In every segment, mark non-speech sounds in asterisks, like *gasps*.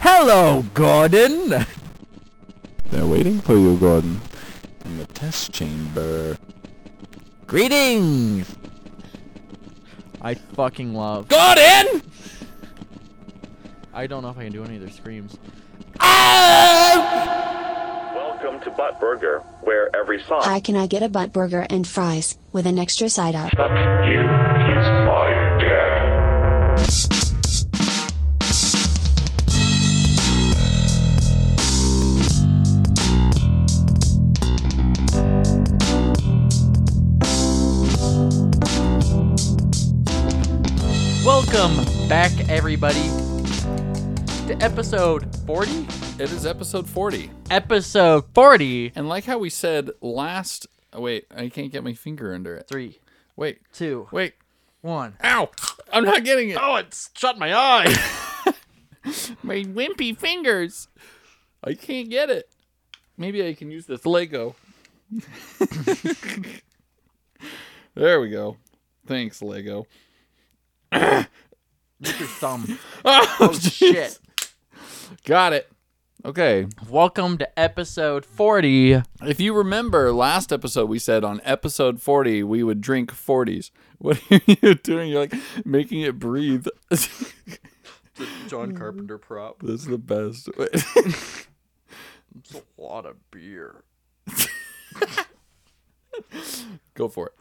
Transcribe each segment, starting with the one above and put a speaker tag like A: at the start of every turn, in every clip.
A: Hello, Gordon!
B: They're waiting for you, Gordon. In the test chamber.
A: Greetings! I fucking love.
C: Gordon!
A: I don't know if I can do any of their screams. Ah!
D: Welcome to Butt Burger, where every song.
E: Hi, can I get a butt burger and fries with an extra side up?
D: Fuck you. He's my dad.
A: Welcome back, everybody, to episode 40?
C: It is episode 40.
A: Episode 40.
C: And like how we said last. Oh, wait, I can't get my finger under it.
A: Three,
C: Wait,
A: two,
C: wait.
A: one.
C: Ow! I'm not getting it.
A: Oh, it's shut my
C: *laughs*
A: eye!
C: My wimpy fingers. I can't get it. Maybe I can use this Lego. there we go. Thanks, Lego.
A: Lick your thumb.
C: Oh,
A: *laughs* Oh, shit.
C: Got it. Okay.
A: Welcome to episode 40.
C: If you remember last episode, we said on episode 40, we would drink 40s. *laughs* What are you doing? You're like making it breathe. *laughs* this
A: John Carpenter prop.
C: is the best. *laughs*
A: It's a lot of beer.
C: Go for it.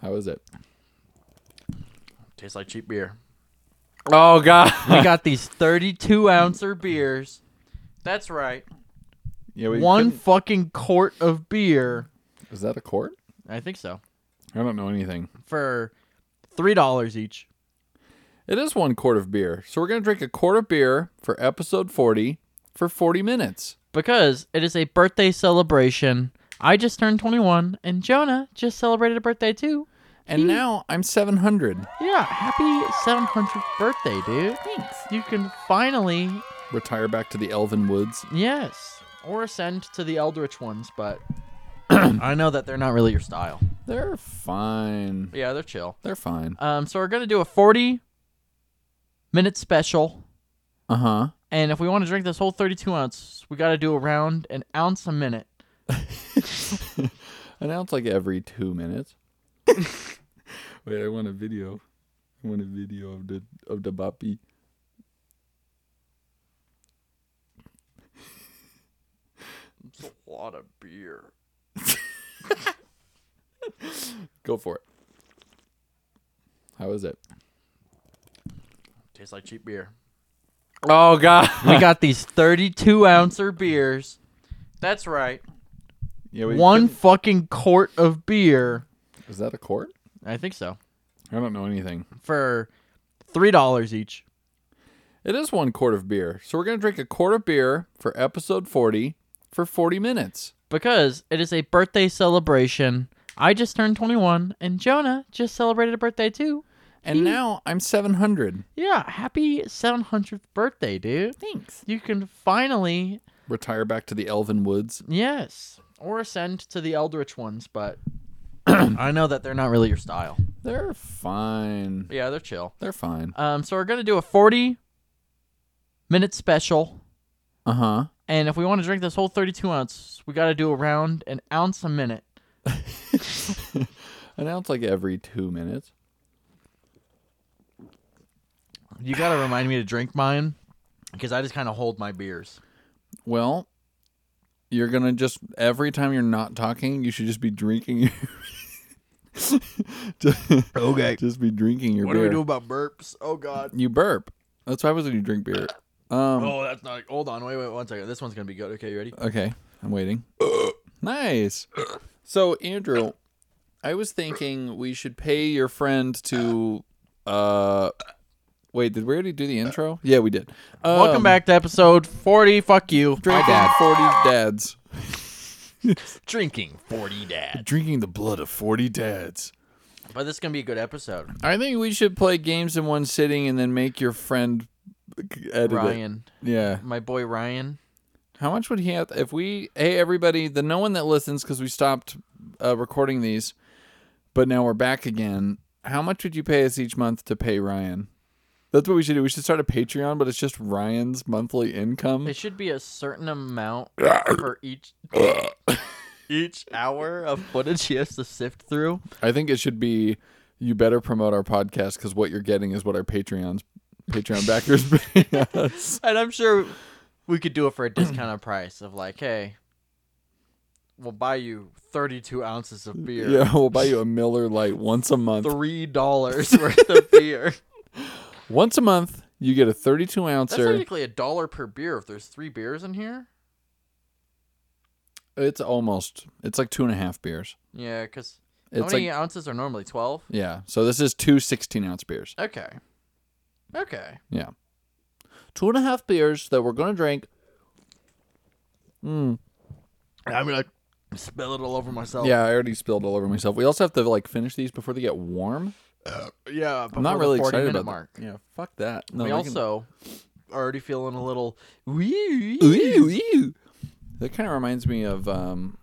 C: How is it?
A: Tastes like cheap beer.
C: Oh, God.
A: We got these 32 ouncer beers. That's right.
C: yeah, we
A: one
C: couldn't-
A: fucking quart of beer.
C: Is that a quart?
A: I think so.
C: I don't know anything.
A: For three dollars each.
C: It is one quart of beer. So we're going to drink a quart of beer for episode 40 for 40 minutes.
A: Because it is a birthday celebration. I just turned 21 and Jonah just celebrated a birthday too.
C: And now I'm 700.
A: Yeah, happy 700th birthday, dude. Thanks. You can finally,
C: Retire back to the Elven Woods.
A: yes, or ascend to the Eldritch ones, but *clears throat* I know that they're not really your style.
C: They're fine.
A: But yeah, they're chill.
C: They're fine.
A: Um, so we're gonna do a 40 minute special,
C: Uh huh.
A: and if we want to drink this whole 32 ounce, we got to do around an ounce a minute.
C: Announce like every two minutes. *laughs* Wait, I want a video. I want a video of the of the boppy.
A: A lot of beer.
C: *laughs* Go for it. How is it?
A: Tastes like cheap beer.
C: Oh god.
A: we got these 32 ouncer beers. That's right.
C: Yeah, we
A: One
C: couldn't-
A: fucking quart of beer.
C: Is that a quart?
A: I think so.
C: I don't know anything.
A: For three dollars each.
C: It is one quart of beer. So we're gonna drink a quart of beer for episode forty for forty minutes.
A: Because it is a birthday celebration. I just turned 21 and Jonah just celebrated a birthday too.
C: And now I'm seven hundred.
A: Yeah, happy 700th birthday, dude. Thanks. You can finally,
C: Retire back to the Elven Woods.
A: yes, or ascend to the Eldritch ones, but *clears throat* I know that they're not really your style.
C: They're fine.
A: But yeah, they're chill.
C: They're fine.
A: Um, so we're gonna do a 40 minute special,
C: Uh huh.
A: and if we want to drink this whole 32 ounce, we got to do around an ounce a minute.
C: Announce like every two minutes.
A: You got to remind me to drink mine because I just kind of hold my beers.
C: Well, you're gonna just every time you're not talking, you should just be drinking. Your *laughs* okay. Just be drinking your beer.
A: about burps? Oh God.
C: You burp. That's why I was when you drink beer. Um.
A: Oh, that's not. Hold on. Wait, wait, one second. This one's gonna be good. Okay, you ready?
C: Okay, I'm waiting. nice. So Andrew, I was thinking we should pay your friend to. Uh, wait. Did we already do the intro? Yeah, we did.
A: Welcome
C: Um,
A: back to episode 40. Fuck you.
C: Drinking forty dads.
A: Drinking 40 dad.
C: Drinking the blood of forty dads.
A: But this is gonna be a good episode.
C: I think we should play games in one sitting and then make your friend edit it.
A: Ryan,
C: Yeah.
A: my boy Ryan.
C: How much would he have if we? Hey, everybody, the no one that listens because we stopped uh, recording these, but now we're back again. How much would you pay us each month to pay Ryan? That's what we should do. We should start a Patreon, but it's just Ryan's monthly income.
A: It should be a certain amount for each each hour of footage he has to sift through.
C: I think it should be you better promote our podcast because what you're getting is what our Patreon's Patreon backers
A: *laughs*
C: pay us.
A: And I'm sure we could do it for a
C: *clears throat*
A: discounted price of like, hey, we'll buy you 32 ounces of beer.
C: Yeah, we'll buy you a Miller Light once a month.
A: Three
C: *laughs*
A: dollars worth of beer.
C: Once a month, you get a 32
A: That's
C: ouncer.
A: technically a dollar per beer if there's three beers in here.
C: It's almost. It's like two and a half beers.
A: Yeah, because how
C: It's
A: many
C: like
A: ounces are normally 12?
C: yeah. So this is two 16 ounce beers.
A: Okay. Okay.
C: Yeah, two and a half beers that we're gonna drink.
A: I'm going to spill it all over myself.
C: Yeah, I already spilled all over myself. We also have to like finish these before they get warm.
A: Yeah.
C: I'm not really excited about
A: minute
C: that.
A: mark.
C: Yeah, fuck that. No,
A: we
C: I can-
A: also are already feeling a little.
C: Ooh, ooh. That kind of reminds me of um,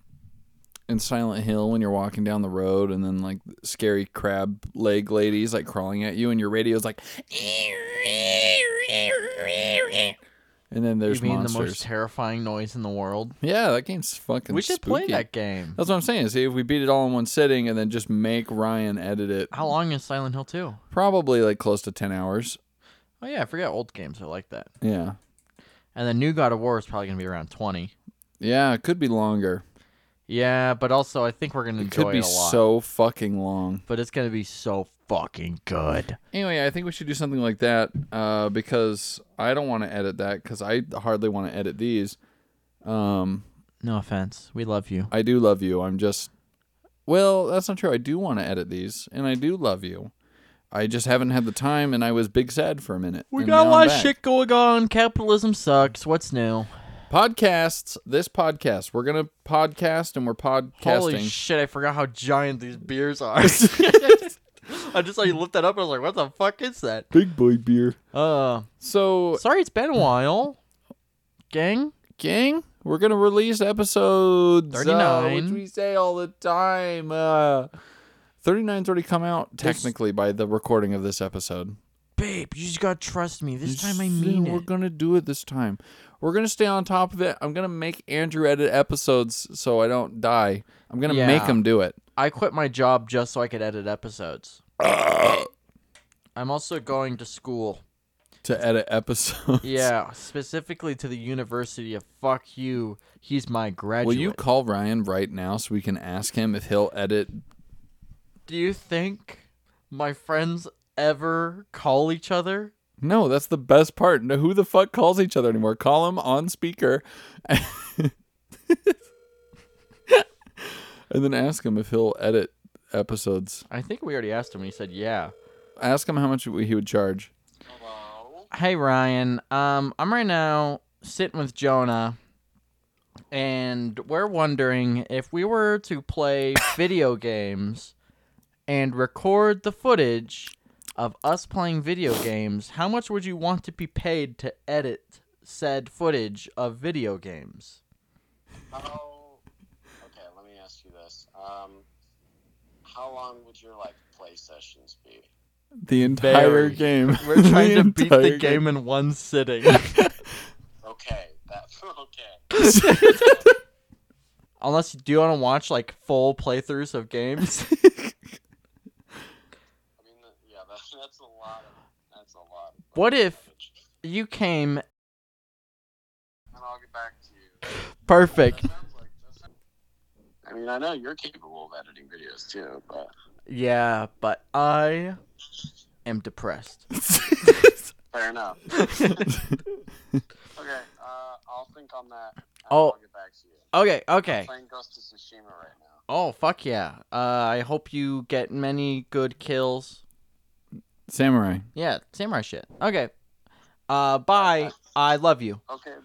C: in Silent Hill when you're walking down the road and then like scary crab leg ladies like crawling at you and your radio's like, and then there's
A: You mean the most
C: monsters.
A: terrifying noise in the world?
C: yeah, that game's fucking.
A: we should play
C: spooky.
A: that game.
C: That's what I'm saying. See if we beat it all in one sitting and then just make Ryan edit it.
A: How long is Silent Hill 2?
C: Probably like close to ten hours.
A: Oh, yeah, I forget old games are like that.
C: Yeah,
A: And the new God of War is probably going to be around 20.
C: yeah, it could be longer.
A: Yeah, but also I think we're going to
C: It
A: enjoy
C: could be
A: it a lot.
C: so fucking long.
A: but it's going to be so fucking good.
C: Anyway, I think we should do something like that uh, because I don't want to edit that because I hardly want to edit these. Um,
A: No offense. We love you.
C: I do love you. I'm just, well, that's not true. I do want to edit these, and I do love you. I just haven't had the time, and I was big sad for a minute.
A: We
C: and
A: got a
C: now
A: lot
C: I'm
A: of
C: back.
A: shit going on. Capitalism sucks. What's new?
C: Podcasts. This podcast. We're gonna podcast, and we're podcasting.
A: Holy shit, I forgot how giant these beers
C: *laughs*
A: are. *laughs* I just saw you lift that up. I was like, what the fuck is that?
C: Big boy beer.
A: Uh,
C: So,
A: sorry, it's been a while. Gang?
C: *clears throat* gang, we're gonna release episodes. uh,
A: 39.
C: which we say all the time. Uh, 39's already come out technically by the recording of this episode.
A: Babe, you just gotta trust me. This time I
C: Just saying,
A: mean
C: We're
A: it.
C: gonna do it this time. We're gonna stay on top of it. I'm gonna make Andrew edit episodes so I don't die. I'm gonna make
A: Yeah.
C: him do it.
A: I quit my job just so I could edit episodes. *coughs* I'm also going to school.
C: To edit episodes.
A: Yeah, specifically to the University of Fuck You. He's my graduate.
C: Will you call Ryan right now so we can ask him if he'll edit?
A: Do you think my friends ever call each other?
C: No, that's the best part. No, who the fuck calls each other anymore? Call him on speaker, *laughs* and then ask him if he'll edit episodes.
A: I think we already asked him. He said, "Yeah."
C: Ask him how much he would charge.
A: Hey Ryan, um, I'm right now sitting with Jonah, and we're wondering if we were to *coughs* play video games and record the footage of us playing video games. How much would you want to be paid to edit said footage of video games?
F: How? Okay, let me ask you this. Um, how long would your like play sessions be?
C: The entire
A: Very.
C: game.
A: We're *laughs*
C: *laughs*
A: trying to beat the
C: entire
A: game, in one *laughs* sitting.
F: Okay, that *laughs* okay.
A: Unless you do want to watch like full playthroughs of *laughs* games.
F: I mean, that- yeah, that, that's a lot. Of, that's a lot. Of
A: What if
F: footage.
A: you came
F: And I'll get back to you.
A: perfect?
F: That sounds like. that sounds- I mean, I know you're capable of editing videos too, but
A: Yeah, but I am depressed. *laughs*
F: fair enough. *laughs* okay, uh, I'll think on that. and
A: Oh.
F: I'll get back to you.
A: Okay, okay.
F: Playing Ghost of Tsushima right now.
A: Oh, fuck yeah. Uh, I hope you get many good kills.
C: Samurai.
A: Yeah, samurai shit. Okay. Uh, bye. I love you.
F: Okay.
A: *gasps*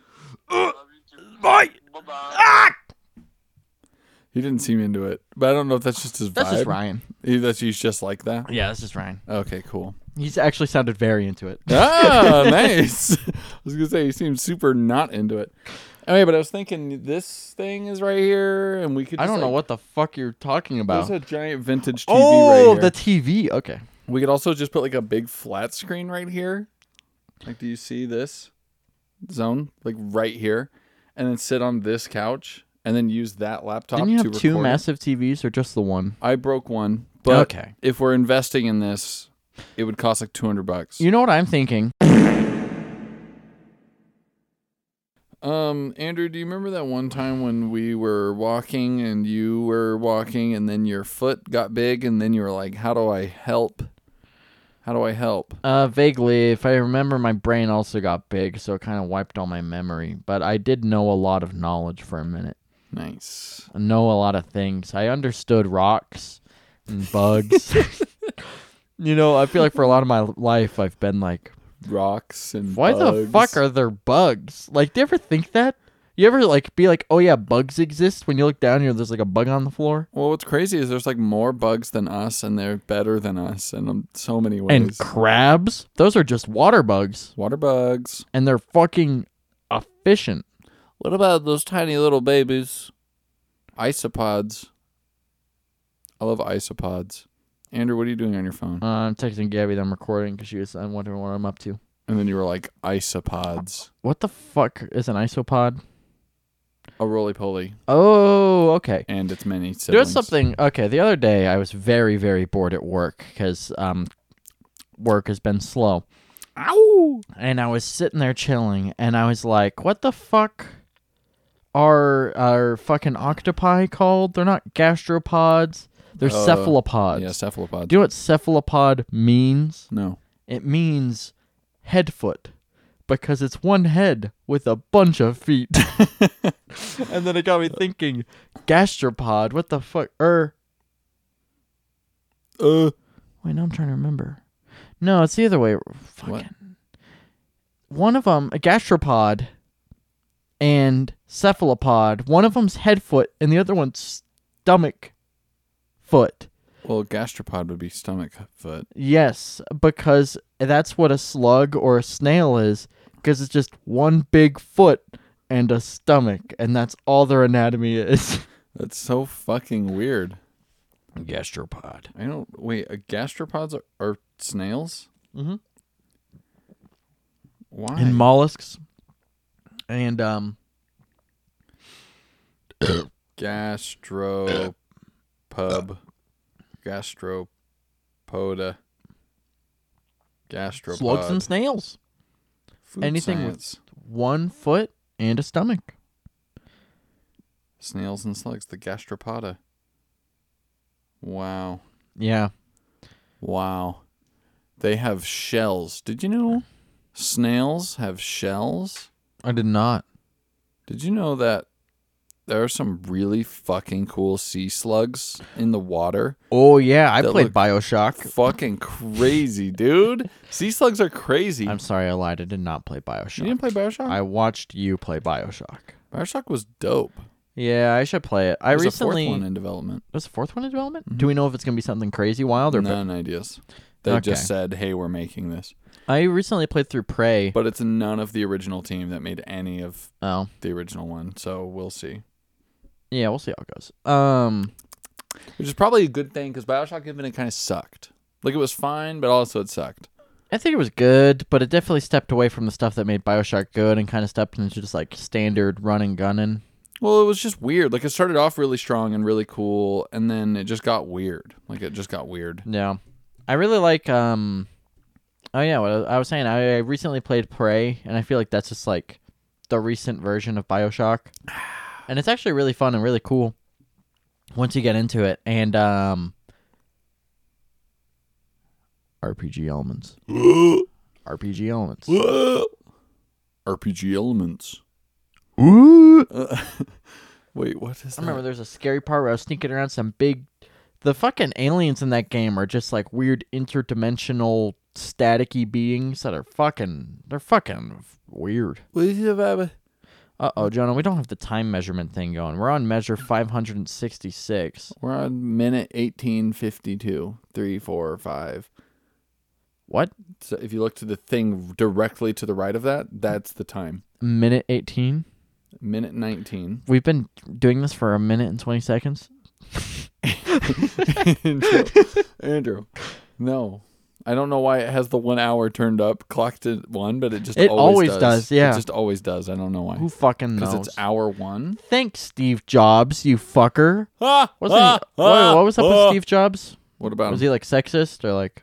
F: Love you too. Bye. Bye. Bye.
C: He didn't seem into it, but I don't know if that's just his
A: That's
C: vibe.
A: just Ryan.
C: He, that's he's just like that.
A: Yeah, that's just Ryan.
C: Okay, cool.
A: He's actually sounded very into it. *laughs*
C: Ah, nice. *laughs* I was gonna say he seems super not into it. Anyway, but I was thinking this thing is right here, and we could.
A: I
C: just,
A: don't know
C: like,
A: what the fuck you're talking about.
C: There's a giant vintage TV
A: oh,
C: right
A: the
C: here.
A: TV. Okay.
C: We could also just put like a big flat screen right here, Like, do you see this zone? Like right here, and then sit on this couch, and then use that laptop.
A: Didn't you have
C: to
A: two
C: record it?
A: massive TVs or just the one?
C: I broke one, but
A: Okay.
C: if we're investing in this, it would cost like two hundred bucks.
A: You know what I'm thinking?
C: Um, Andrew, do you remember that one time when we were walking and you were walking and then your foot got big and then you were like, How do I help? How do I help?
A: Uh, vaguely, if I remember, my brain also got big, so it kind of wiped all my memory. But I did know a lot of knowledge for a minute.
C: Nice.
A: I know a lot of things. I understood rocks and bugs. you know, I feel like for a lot of my life, I've been like,
C: Rocks and
A: why the fuck are there bugs? Like, do you ever think that? You ever like be like, oh yeah, bugs exist? When you look down here, there's like a bug on the floor
C: Well what's crazy is there's like more bugs than us and they're better than us in um, so many
A: and
C: ways.
A: crabs. Those are just water bugs,
C: Water bugs.
A: and they're fucking efficient.
C: What about those tiny little babies? Isopods. I love isopods. Andrew, what are you doing on your phone?
A: Uh, I'm texting Gabby that I'm recording because she was I'm wondering what I'm up to.
C: And then you were like, isopods.
A: What the fuck is an isopod?
C: A roly poly.
A: Oh, okay.
C: And it's many siblings.
A: There's something. Okay, the other day I was very, very bored at work because um, work has been slow.
C: Ow!
A: And I was sitting there chilling and I was like, what the fuck are, are fucking octopi called? They're not gastropods, they're
C: Uh,
A: cephalopods.
C: Yeah, cephalopods.
A: Do you know what cephalopod means?
C: no.
A: It means head foot because it's one head with a bunch of feet. *laughs* and then it got me thinking, gastropod, what the fuck? Er,
C: Uh,
A: wait, now I'm trying to remember. No, it's the other way. Fucking.
C: What?
A: One of them, a gastropod and cephalopod, one of them's head foot and the other one's stomach foot.
C: well, gastropod would be stomach foot.
A: Yes, because that's what a slug or a snail is, because it's just one big foot and a stomach, and that's all their anatomy
C: *laughs*
A: is.
C: That's so fucking weird.
A: Gastropod.
C: I don't. Wait, uh, gastropods are, are snails?
A: Mhm.
C: Why?
A: And mollusks. And, um,
C: Gastropub. Gastropoda. Gastropod.
A: slugs and snails.
C: Food
A: anything with-
C: science.
A: One foot and a stomach.
C: Snails and slugs, the gastropoda. Wow.
A: Yeah.
C: Wow. They have shells. Did you know snails have shells?
A: I did not.
C: Did you know that there are some really fucking cool sea slugs in the water?
A: Oh, yeah. I
C: That
A: played
C: look-
A: Bioshock.
C: Fucking crazy, dude. Sea slugs are crazy.
A: I'm sorry, I lied. I did not play Bioshock.
C: you didn't play Bioshock?
A: I watched you play Bioshock.
C: Bioshock was dope.
A: Yeah, I should play it. I
C: There's
A: recently.
C: a fourth one in Mm-hmm. development.
A: There's a fourth one in development? Do we know if it's going to be something crazy wild or
C: None ideas. They
A: Oh, Okay.
C: just said, hey, we're making this.
A: I recently played through Prey.
C: But it's none of the original team that made any of
A: oh,
C: the original one, so we'll see.
A: yeah, we'll see how it goes. Um,
C: Which is probably a good thing because Bioshock Infinite kind of sucked. Like it was fine, but also it sucked.
A: I think it was good, but it definitely stepped away from the stuff that made BioShock good and kind of stepped into just like standard run and gunning.
C: Well, it was just weird. Like it started off really strong and really cool, and then it just got weird. Like it just got *laughs* weird.
A: Yeah, I really like. Um, oh yeah, what I I was saying. I I recently played Prey, and I feel like that's just like the recent version of Bioshock, and it's actually really fun and really cool once you get into it. And um, RPG elements. RPG elements.
C: RPG *laughs* elements. Uh, Wait, what is
A: I
C: that?
A: remember there's a scary part where I was sneaking around some big. The fucking aliens in that game are just like weird interdimensional staticky beings that are fucking. They're fucking weird.
C: What is it, Baba?
A: Uh oh, Jonah, we don't have the time measurement thing going. We're on measure 566.
C: We're on minute eighteen fifty-two, three, four, five.
A: What?
C: So if you look to the thing directly to the right of that, that's the time.
A: Minute 18?
C: Minute 19.
A: We've been doing this for a minute and 20 seconds. *laughs*
C: Andrew, Andrew, no. I don't know why it has the one hour turned up, clocked at one, but it just
A: It always does, yeah.
C: It just always does. I don't know why.
A: Who fucking
C: Because
A: knows?
C: it's hour one.
A: Thanks, Steve Jobs, you fucker.
C: Ah,
A: What's what, what was up with Steve Jobs?
C: What about
A: Was
C: him?
A: he like sexist or like?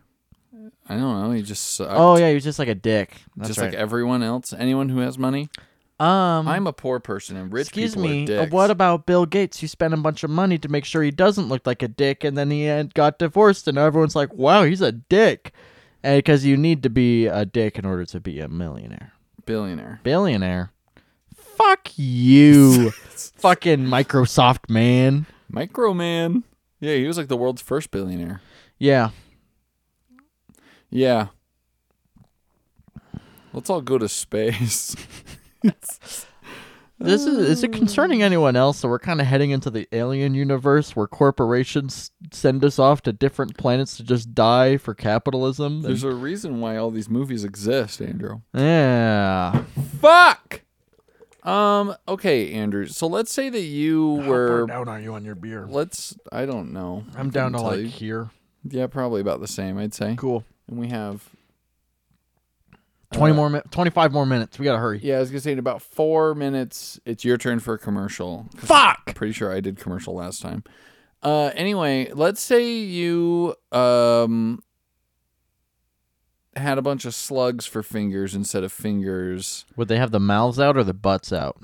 C: I don't know. He just sucked.
A: Oh yeah, he was just like a dick. That's
C: just
A: right.
C: like everyone else. Anyone who has money.
A: um,
C: I'm a poor person, and rich
A: excuse
C: people
A: me.
C: are
A: uh,
C: dicks.
A: What about Bill Gates? Who spent a bunch of money to make sure he doesn't look like a dick, and then he uh, got divorced, and everyone's like, "Wow, he's a dick," because you need to be a dick in order to be a millionaire,
C: billionaire?
A: billionaire. Fuck
C: *laughs*
A: you, fucking Microsoft man.
C: Microman. Yeah, he was like the world's first billionaire.
A: Yeah,
C: Yeah. Let's all go to
A: *laughs*
C: space.
A: This is is it concerning anyone else? So we're kind of heading into the alien universe where corporations send us off to different planets to just die for capitalism.
C: There's
A: and-
C: a reason why all these movies exist, Andrew.
A: yeah.
C: Fuck. Um. Okay, Andrew. So let's say that you were.
A: are you on your beer?
C: Let's. I don't know.
A: I'm
C: I
A: down
C: couldn't
A: to
C: tell
A: like
C: you.
A: here.
C: Yeah, probably about the same. I'd say.
A: Cool.
C: And we have.
A: Twenty more, mi- twenty-five more minutes. We gotta hurry.
C: Yeah, I was gonna say in about four minutes, it's your turn for a commercial. 'Cause
A: Fuck.
C: I'm pretty sure I did commercial last time. Uh, anyway, let's say you um had a bunch of slugs for fingers instead of fingers
A: Would they have the mouths out or the butts out?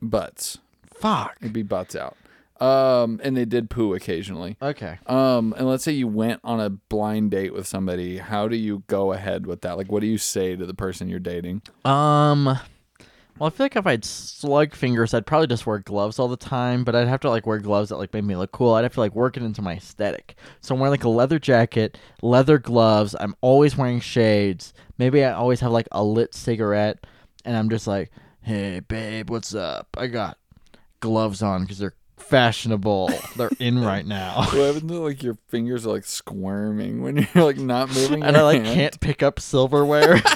C: butts.
A: Fuck.
C: It'd be butts out. Um, and they did poo occasionally.
A: Okay.
C: Um, and let's say you went on a blind date with somebody. How do you go ahead with that? Like, what do you say to the person you're dating?
A: Um. Well, I feel like if I had slug fingers, I'd probably just wear gloves all the time. But I'd have to like wear gloves that like made me look cool. I'd have to like work it into my aesthetic. So I'm wearing like a leather jacket, leather gloves. I'm always wearing shades. Maybe I always have like a lit cigarette, and I'm just like, "Hey, babe, what's up? I got gloves on because they're fashionable. They're in right now."
C: What happens to like your fingers are like squirming when you're *laughs* like not moving?
A: and I *laughs*
C: your
A: like
C: hand?
A: can't pick up silverware. *laughs*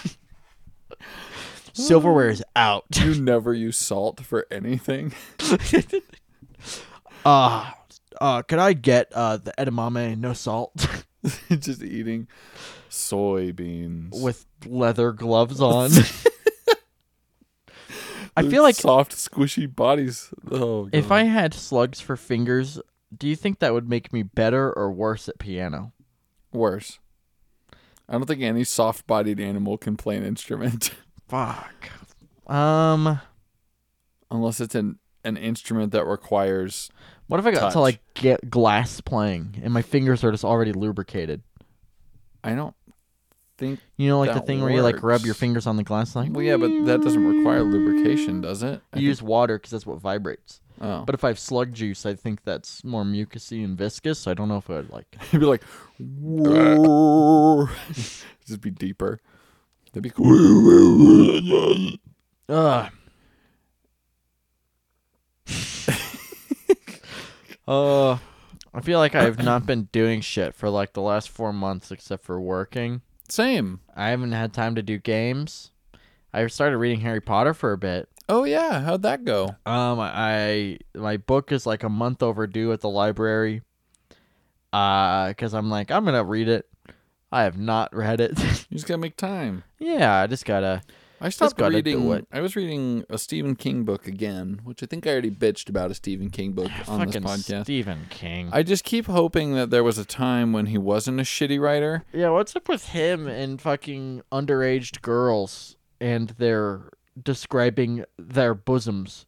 A: silverware is out.
C: *laughs* You never use salt for anything.
A: *laughs*
C: *laughs*
A: Uh, uh, could I get uh the edamame no *laughs* salt
C: Just eating soybeans
A: with leather gloves on? *laughs* I feel like
C: soft, squishy bodies. Oh,
A: if
C: God.
A: I had slugs for fingers, do you think that would make me better or worse at piano?
C: worse. I don't think any soft-bodied animal can play an instrument *laughs*
A: Fuck. Um,
C: unless it's an an instrument that requires
A: what if I got
C: Touch.
A: to like get glass playing and my fingers are just already lubricated?
C: I don't think.
A: You know, like the
C: That
A: thing where you like rub your
C: works.
A: fingers on the glass, like
C: Well, yeah, but that doesn't require lubrication, does it? I
A: you use water because that's what vibrates.
C: think- oh. *laughs*
A: But if I have slug juice, I think that's more mucousy and viscous. So I don't know if I would like.
C: He'd be like, *laughs* "Whoa." just be deeper. That'd be cool. *laughs*
A: Ugh. uh, I feel like I have *coughs* not been doing shit for like the last four months except for working.
C: Same.
A: I haven't had time to do games. I started reading Harry Potter for a bit.
C: Oh yeah, how'd that go?
A: Um, I my book is like a month overdue at the library. Uh, because I'm like I'm gonna read it. I have not read it. *laughs*
C: You just gotta make time.
A: yeah, I just gotta.
C: I stopped
A: gotta
C: reading.
A: do it.
C: I was reading a Stephen King book again, which I think I already bitched about a Stephen King book on this
A: Ah, fucking
C: podcast.
A: Stephen King.
C: I just keep hoping that there was a time when he wasn't a shitty writer.
A: Yeah, what's up with him and fucking underage girls and their describing their bosoms?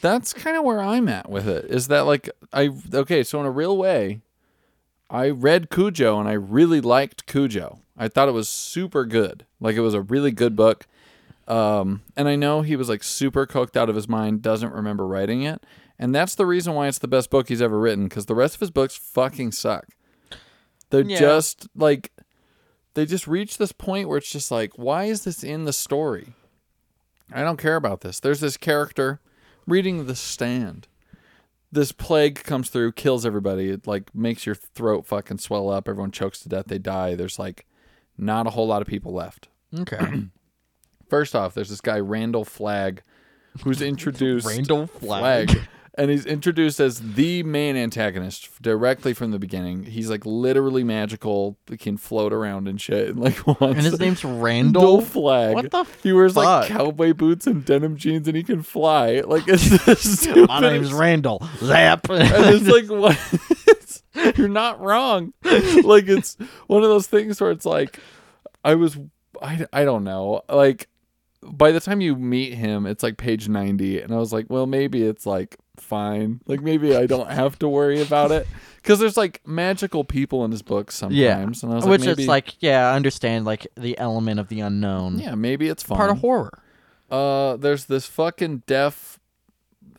C: That's kind of where I'm at with it. Is that like I okay? So in a real way, I read Cujo and I really liked Cujo. I thought it was super good. Like it was a really good book. Um, and I know he was like super coked out of his mind, doesn't remember writing it, and that's the reason why it's the best book he's ever written. Because the rest of his books fucking suck. They're
A: Yeah.
C: just like they just reach this point where it's just like, why is this in the story? I don't care about this. There's this character reading the stand. This plague comes through, kills everybody. It like makes your throat fucking swell up. Everyone chokes to death. They die. There's like not a whole lot of people left. *clears throat*
A: Okay. *laughs*
C: First off, there's this guy Randall Flagg, who's introduced
A: Randall Flagg.
C: Flagg and he's introduced as the main antagonist directly from the beginning. He's like literally magical, he can float around and shit, *laughs* and like wants
A: And his name's
C: Dole
A: Randall.
C: Flag.
A: What the
C: He wears like
A: fuck?
C: cowboy boots and denim jeans, and he can fly. Like
A: *laughs*
C: it's the stupidest.
A: My name's Randall. *laughs* Zap.
C: *laughs* and it's like what? it's- *laughs* you're not wrong. like it's one of those things where it's like I was I, I don't know. Like by the time you meet him, it's like page 90 and I was like, well, maybe it's like fine. Like maybe I don't have to worry about it cuz there's like magical people in his books sometimes
A: Yeah.
C: and I was
A: Which
C: like maybe
A: it's like, yeah, I understand like the element of the unknown.
C: yeah, maybe it's fine.
A: Part of horror.
C: Uh, there's this fucking deaf,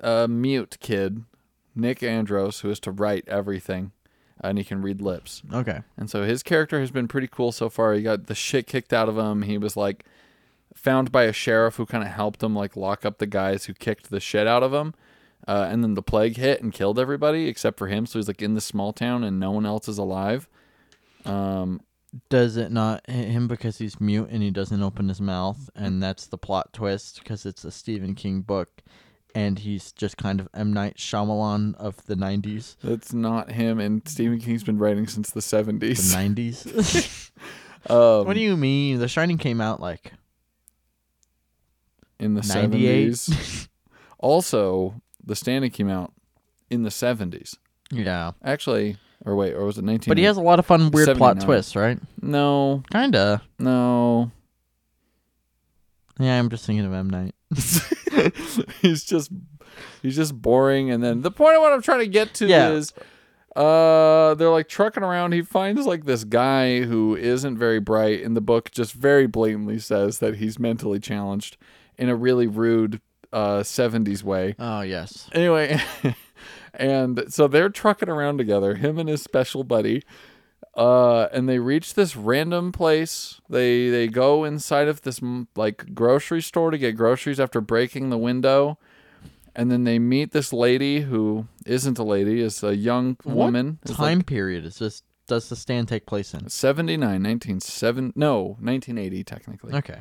C: uh, mute kid, Nick Andros, who is to write everything, and he can read lips.
A: Okay.
C: And so his character has been pretty cool so far. He got the shit kicked out of him. He was like found by a sheriff who kind of helped him like lock up the guys who kicked the shit out of him. Uh, and then the plague hit and killed everybody except for him. So he's like in this small town and no one else is alive. Um,
A: Does it not hit him because he's mute and he doesn't open his mouth, and that's the plot twist because it's a Stephen King book, and he's just kind of M Night Shyamalan of the '90s.
C: that's not him. And Stephen King's been writing since the
A: The *laughs*
C: seventies.
A: '90s.
C: Um,
A: what do you mean? The Shining came out like
C: in the
A: 98?
C: seventies. also, The Standing came out in the seventies.
A: yeah,
C: Actually, or wait, or was it nineteen?
A: but he has a lot of fun, weird plot
C: 79.
A: twists, right?
C: no,
A: Kinda.
C: no. *laughs*
A: Yeah, I'm just thinking of M Night.
C: he's just he's just boring. And then the point of what I'm trying to get to
A: Yeah.
C: is, uh, they're like trucking around. He finds like this guy who isn't very bright, and the book just very blatantly says that he's mentally challenged in a really rude uh '70s way.
A: Oh yes.
C: anyway *laughs* and so they're trucking around together him and his special buddy uh and they reach this random place they they go inside of this mm, like grocery store to get groceries after breaking the window and then they meet this lady who isn't a lady is a young woman
A: What
C: It's
A: time
C: like
A: period is this? Does the stand take place in?
C: 79 1970 no 1980 technically
A: Okay.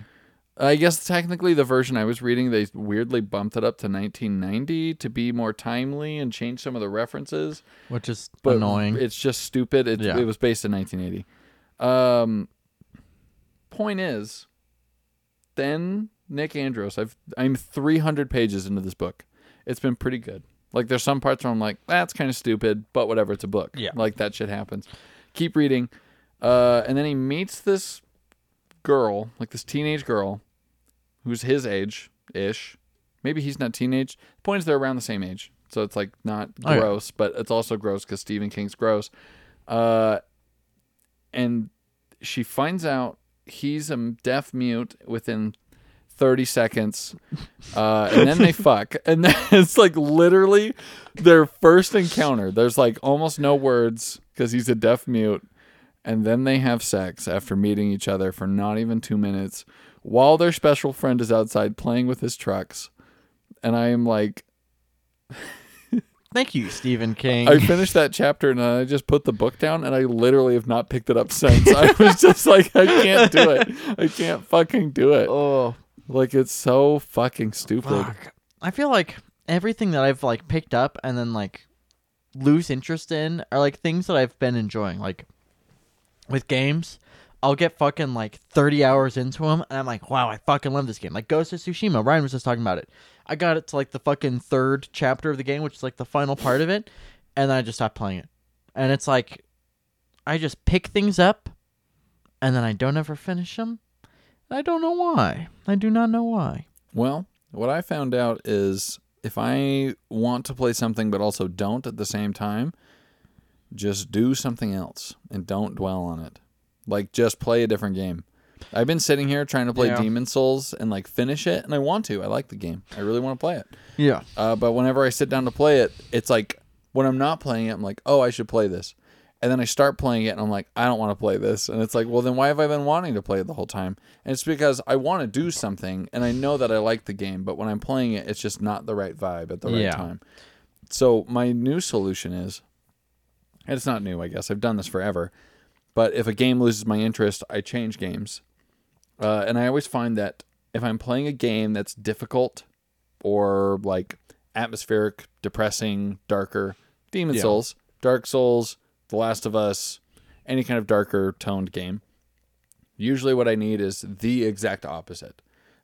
C: I guess technically the version I was reading, they weirdly bumped it up to 1990 to be more timely and change some of the references.
A: Which is
C: But
A: annoying.
C: It's just stupid. It,
A: Yeah.
C: it was based in 1980. Um, point is, then Nick Andros, I've I'm 300 pages into this book. It's been pretty good. Like there's some parts where I'm like, that's kind of stupid, but whatever. It's a book.
A: Yeah.
C: Like that shit happens. Keep reading. Uh, and then he meets this girl, like this teenage girl, who's his age ish. Maybe he's not teenage. The point is they're around the same age, so it's like not
A: Oh, yeah.
C: gross, but it's also gross because Stephen King's gross. Uh, and she finds out he's a deaf mute within 30 seconds uh, and then they fuck and then *laughs* it's like literally their first encounter there's like almost no words because he's a deaf mute and then they have sex after meeting each other for not even two minutes while their special friend is outside playing with his trucks and i am like
A: Thank you, Stephen King. *laughs*
C: I finished that chapter and I just put the book down and I literally have not picked it up since. I was *laughs* just like, I can't do it. I can't fucking do it.
A: oh.
C: Like it's so fucking stupid.
A: Fuck. I feel like everything that I've like picked up and then like lose interest in are like things that I've been enjoying. Like with games, I'll get fucking like 30 hours into them and I'm like, wow, I fucking love this game. Like Ghost of Tsushima, Ryan was just talking about it. I got it to like the fucking third chapter of the game, which is like the final part of it, and then I just stopped playing it. And it's like I just pick things up and then I don't ever finish them. I don't know why. I do not know why.
C: Well, what I found out is if I want to play something but also don't at the same time, just do something else and don't dwell on it. Like just play a different game. I've been sitting here trying to play
A: Yeah.
C: Demon Souls and like finish it, and I want to. I like the game. I really want to play it.
A: Yeah.
C: Uh, but whenever I sit down to play it, it's like when I'm not playing it, I'm like, oh, I should play this. And then I start playing it and I'm like, I don't want to play this. And it's like, well, then why have I been wanting to play it the whole time? And it's because I want to do something and I know that I like the game, but when I'm playing it, it's just not the right vibe at the right
A: Yeah.
C: time. So my new solution is, and it's not new, I guess, I've done this forever, but if a game loses my interest, I change games. Uh, and I always find that if I'm playing a game that's difficult or like atmospheric, depressing, darker. Demon
B: Yeah.
C: Souls, Dark Souls, The Last of Us, any kind of darker toned game. Usually, what I need is the exact opposite.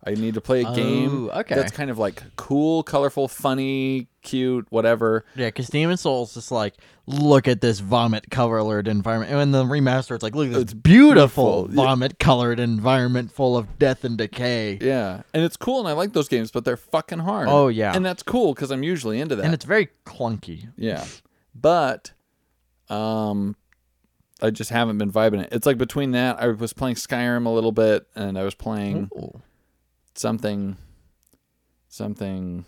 C: I need to play a game
A: Oh, okay.
C: that's kind of like cool, colorful, funny, cute, whatever.
A: Yeah, because Demon Souls is like, look at this vomit colored environment. And in the remaster, it's like, look at this beautiful,
C: beautiful, yeah.
A: vomit colored environment full of death and decay.
C: Yeah, and it's cool, and I like those games, but they're fucking hard.
A: Oh, yeah.
C: and that's cool because I'm usually into that.
A: And it's very clunky.
C: Yeah. But um I just haven't been vibing it. It's like between that I was playing Skyrim a little bit and I was playing
A: Ooh.
C: something something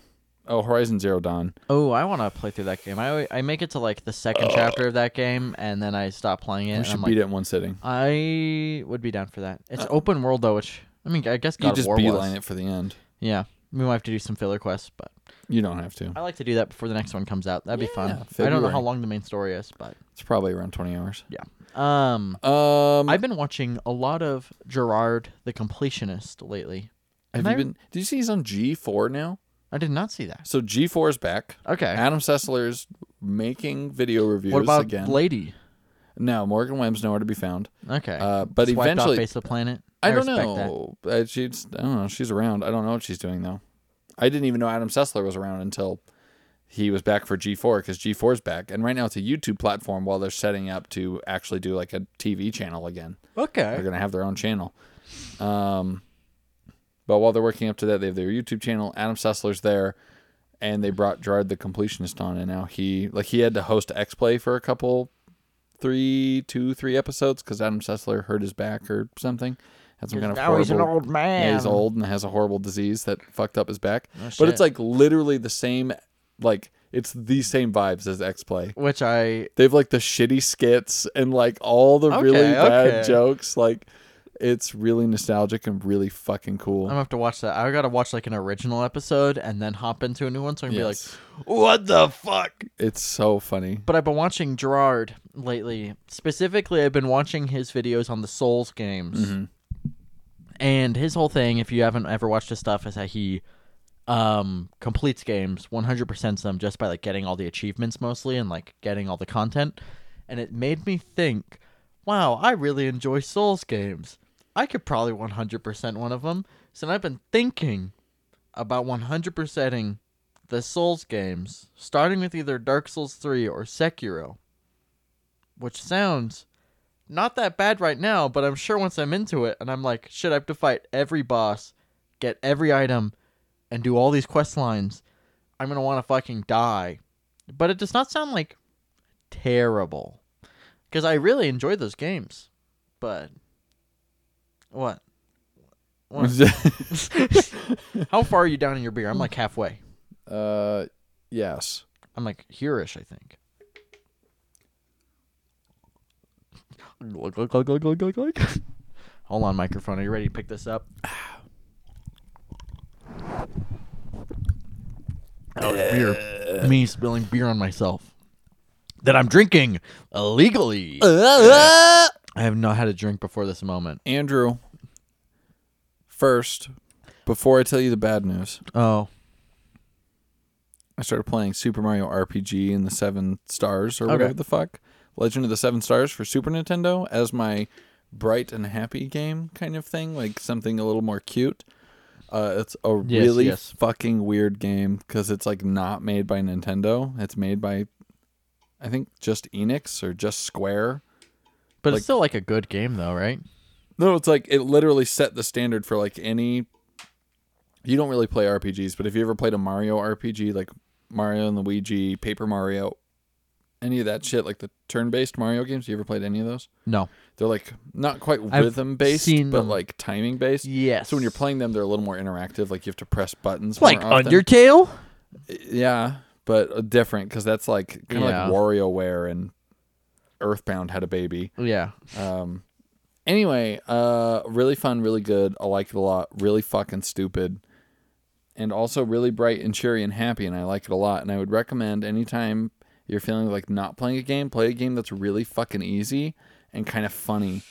C: oh Horizon Zero Dawn.
A: Oh, I want to play through that game. I, alwa- I make it to like the second chapter of that game, and then I stop playing it.
C: Uh. We
A: and
C: should
A: I'm
C: beat
A: like,
C: it in one sitting.
A: I would be down for that. It's open world though, which I mean, I guess God
C: you just
A: of War
C: beeline
A: was.
C: it for the end.
A: Yeah, we might have to do some filler quests, but
C: You don't have to.
A: I like to do that before the next one comes out. That'd be fun. I don't know
C: February.
A: how long the main story is, but
C: It's probably around 20 hours.
A: yeah. Um,
C: Um
A: I've been watching a lot of Gerard the Completionist lately.
C: have
A: I-
C: you been Did you see he's on G4 now?
A: I did not see that.
C: So G4 is back.
A: Okay.
C: Adam Sessler's making video reviews
A: what about
C: again.
A: Lady?
C: no, Morgan Web's nowhere to be found.
A: Okay.
C: Uh, but
A: Swiped off
C: eventually
A: face of the planet.
C: I, don't
A: respect
C: know. Uh, she's I don't know. She's around. I don't know what she's doing though. I didn't even know Adam Sessler was around until he was back for G4 because G4's back, and right now it's a YouTube platform while they're setting up to actually do like a TV channel again.
A: That. Okay.
C: They're gonna have their own channel. Um, but while they're working up to that, they have their YouTube channel. Adam Sessler's there, and they brought Gerard the Completionist on, and now he like he had to host X Play for a couple, three, two, three episodes because Adam Sessler hurt his back or something. Had some kind of
A: now
C: horrible,
A: he's an old man.
C: Yeah, he's old and has a horrible disease that fucked up his back. but
A: shit.
C: it's like literally the same, like it's the same vibes as X Play.
A: Which I
C: They have like the shitty skits and like all the really
A: Okay,
C: bad
A: okay.
C: jokes. Like it's really nostalgic and really fucking cool.
A: I'm gonna have to watch that. I gotta watch like an original episode and then hop into a new one, so I can
C: Yes.
A: be like, "What the fuck?"
C: it's so funny.
A: But I've been watching Gerard lately. Specifically, I've been watching his videos on the Souls games, and his whole thing. If you haven't ever watched his stuff, is that he um completes games 100% them just by like getting all the achievements mostly and like getting all the content and it made me think wow i really enjoy souls games i could probably 100% one of them so i've been thinking about 100%ing the souls games starting with either dark souls 3 or sekiro which sounds not that bad right now but i'm sure once i'm into it and i'm like shit i have to fight every boss get every item and do all these quest lines, I'm gonna want to fucking die. But it does not sound like terrible, because I really enjoy those games. But what?
C: *laughs*
A: What? How far are you down in your beer? I'm like halfway.
C: uh, yes.
A: I'm like here-ish, I think. *laughs* Glug, glug, glug, glug, glug, glug, glug. Hold on, microphone. Are you ready to pick this up? Oh, it's beer. Me spilling beer on myself that I'm drinking
C: *laughs*
A: illegally. I have not had a drink before this moment.
C: Andrew, first, before I tell you the bad news,
A: Oh,
C: I started playing Super Mario RPG and the Seven Stars or
A: Okay.
C: whatever the fuck. Legend of the Seven Stars for Super Nintendo as my bright and happy game kind of thing, like something a little more cute. Uh, it's a
A: Yes,
C: really
A: yes.
C: fucking weird game because it's like not made by Nintendo. It's made by, I think, just Enix or just Square.
A: but
C: Like-
A: it's still like a good game though, right?
C: No, it's like it literally set the standard for like any. You don't really play RPGs, but if you ever played a Mario RPG, like Mario and Luigi, Paper Mario, any of that shit, like the turn-based Mario games, you ever played any of those?
A: No.
C: They're like not quite
A: I've
C: rhythm-based,
A: seen
C: but
A: them.
C: like timing-based.
A: Yes.
C: So when you're playing them, they're a little more interactive. Like you have to press buttons.
A: like
C: more often.
A: Undertale.
C: Yeah, but different because that's like kind of
A: Yeah.
C: like WarioWare and Earthbound had a baby.
A: Yeah.
C: Um, anyway, uh, really fun, really good. I like it a lot. Really fucking stupid, and also really bright and cheery and happy. And I like it a lot. And I would recommend anytime you're feeling like not playing a game, play a game that's really fucking easy and kind of funny,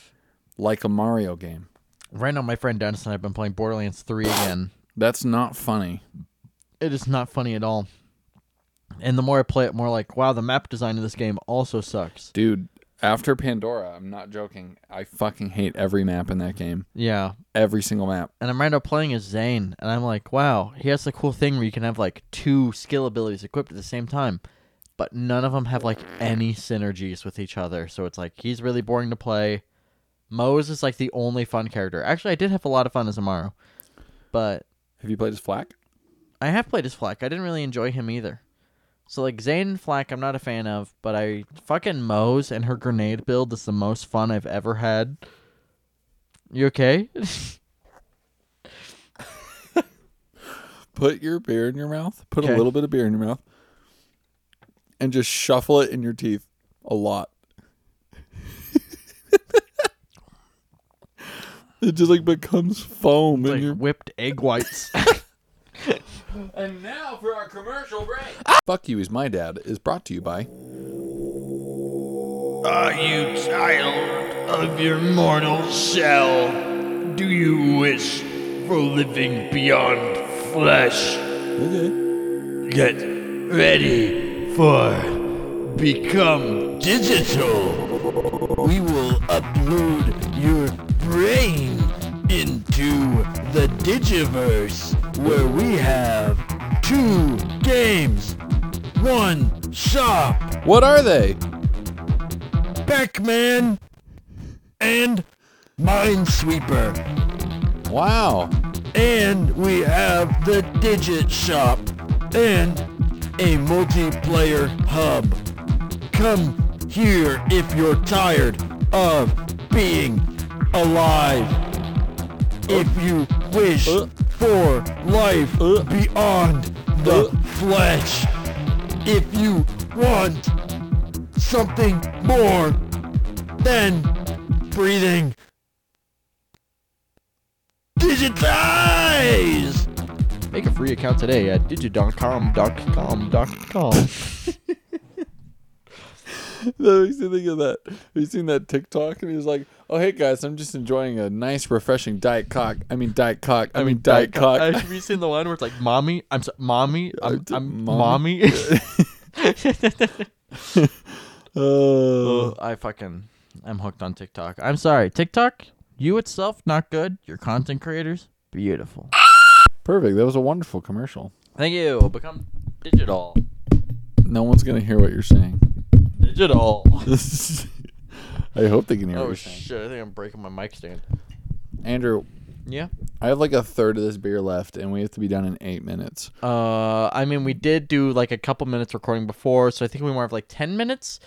C: like a Mario game.
A: Right now, my friend Dennis and I have been playing Borderlands 3 again.
C: That's not funny.
A: It is not funny at all. And the more I play it, more like, wow, the map design of this game also sucks.
C: Dude, after Pandora, I'm not joking. I fucking hate every map in that game.
A: Yeah.
C: Every single map.
A: And I'm right up playing as Zane, and I'm like, wow, he has the cool thing where you can have like two skill abilities equipped at the same time, but none of them have like any synergies with each other. So it's like he's really boring to play. Mose is like the only fun character. Actually, I did have a lot of fun as Amaru, but
C: Have you played as Flack?
A: I have played as Flack. I didn't really enjoy him either. So like Zane and Flack, I'm not a fan of, but I fucking Mose and her grenade build is the most fun I've ever had. You okay? *laughs*
C: Put your beer in your mouth. Put
A: Okay.
C: a little bit of beer in your mouth. And just shuffle it in your teeth a lot. *laughs* it just like becomes foam in
A: like
C: your
A: whipped egg whites. *laughs*
C: And now for our commercial break. Fuck you is my dad is brought to you by
G: Are you child of your mortal shell? Do you wish for living beyond flesh? Get ready for Become Digital. We will upload your brain into the Digiverse where we have two games, one shop.
C: What are they?
G: Pac-Man and Minesweeper.
C: *laughs* Wow.
G: And we have the Digit Shop and a multiplayer hub. Come here if you're tired of being alive. If you wish for life beyond the flesh. If you want something more than breathing. Digitize!
A: Make a free account today at
C: *laughs*
A: digidocom.com.com.
C: No, you see, think of that. Have you seen that TikTok? And he was like, "Oh, hey guys, I'm just enjoying a nice, refreshing diet cock. I mean, diet cock. I, mean, diet, cock.
A: Uh, Have you seen the one where it's like, "Mommy, I'm so, mommy, I'm,
C: d-
A: I'm mommy."
C: mommy." *laughs* Uh, Oh.
A: Ugh,
C: *laughs*
A: I fucking, I'm hooked on TikTok. I'm sorry, TikTok. You itself not good. Your content creators beautiful.
C: perfect. That was a wonderful commercial.
A: Thank you. Become digital.
C: No one's gonna hear what you're saying.
A: Digital.
C: *laughs* I hope they can hear what
A: Oh
C: you're saying.
A: shit! I think I'm breaking my mic stand.
C: Andrew,
A: Yeah.
C: I have like a third of this beer left, and we have to be done in eight minutes.
A: Uh, I mean, we did do like a couple minutes recording before, so I think we more have like ten minutes.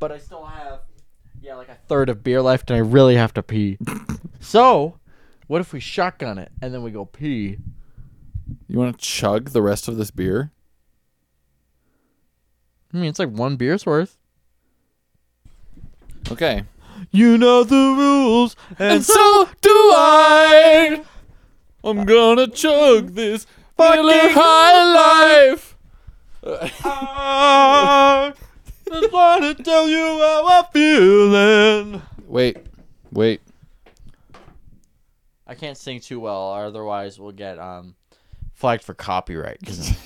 A: But I still have, yeah, like a third of beer left, and I really have to *laughs* pee. so, what if we shotgun it and then we go pee?
C: You want to chug the rest of this beer?
A: I mean, it's like one beer's worth.
C: Okay.
A: You know the rules, *laughs* and
C: so do I. I'm gonna chug this fucking high life.
A: I just wanna tell you how I'm feeling.
C: *laughs* Wait, wait.
A: I can't sing too well, or otherwise we'll get um flagged for copyright. 'cause-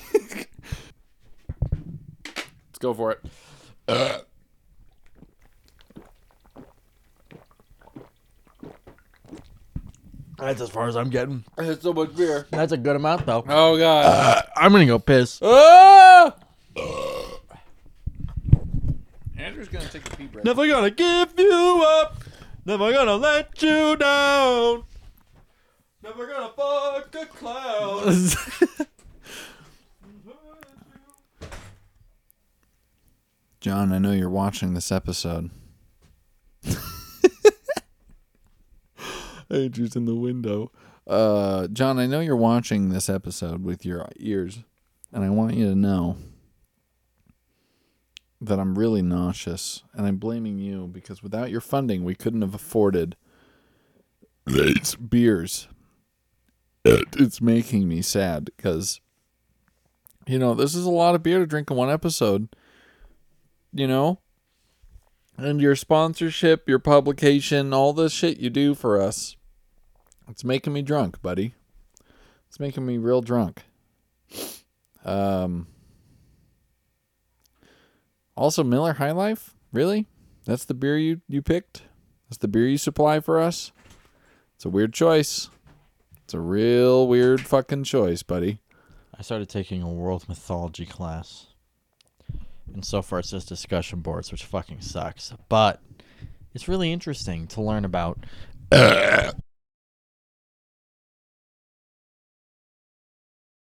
C: Let's go for it.
A: *laughs* That's as far as I'm getting.
C: I had so much beer.
A: That's a good amount, though.
C: Oh god.
A: I'm gonna go piss.
C: Ah! Andrew's gonna take a pee break.
A: Never gonna give you up. Never gonna let you down. Never gonna fuck a clown.
C: *laughs* John, I know you're watching this episode.
A: *laughs*
C: Andrew's in the window. Uh, John, I know you're watching this episode with your ears, and I want you to know that I'm really nauseous, and I'm blaming you because without your funding, we couldn't have afforded these beers. It's making me sad because, you know, this is a lot of beer to drink in one episode you know? And your sponsorship, your publication, all the shit you do for us. It's making me drunk, buddy. It's making me real drunk. Um Also, Miller High Life? Really? That's the beer you, you picked? That's the beer you supply for us? It's a weird choice. It's a real weird fucking choice, buddy.
A: I started taking a world mythology class. And so far it says discussion boards, which fucking sucks. But it's really interesting to learn about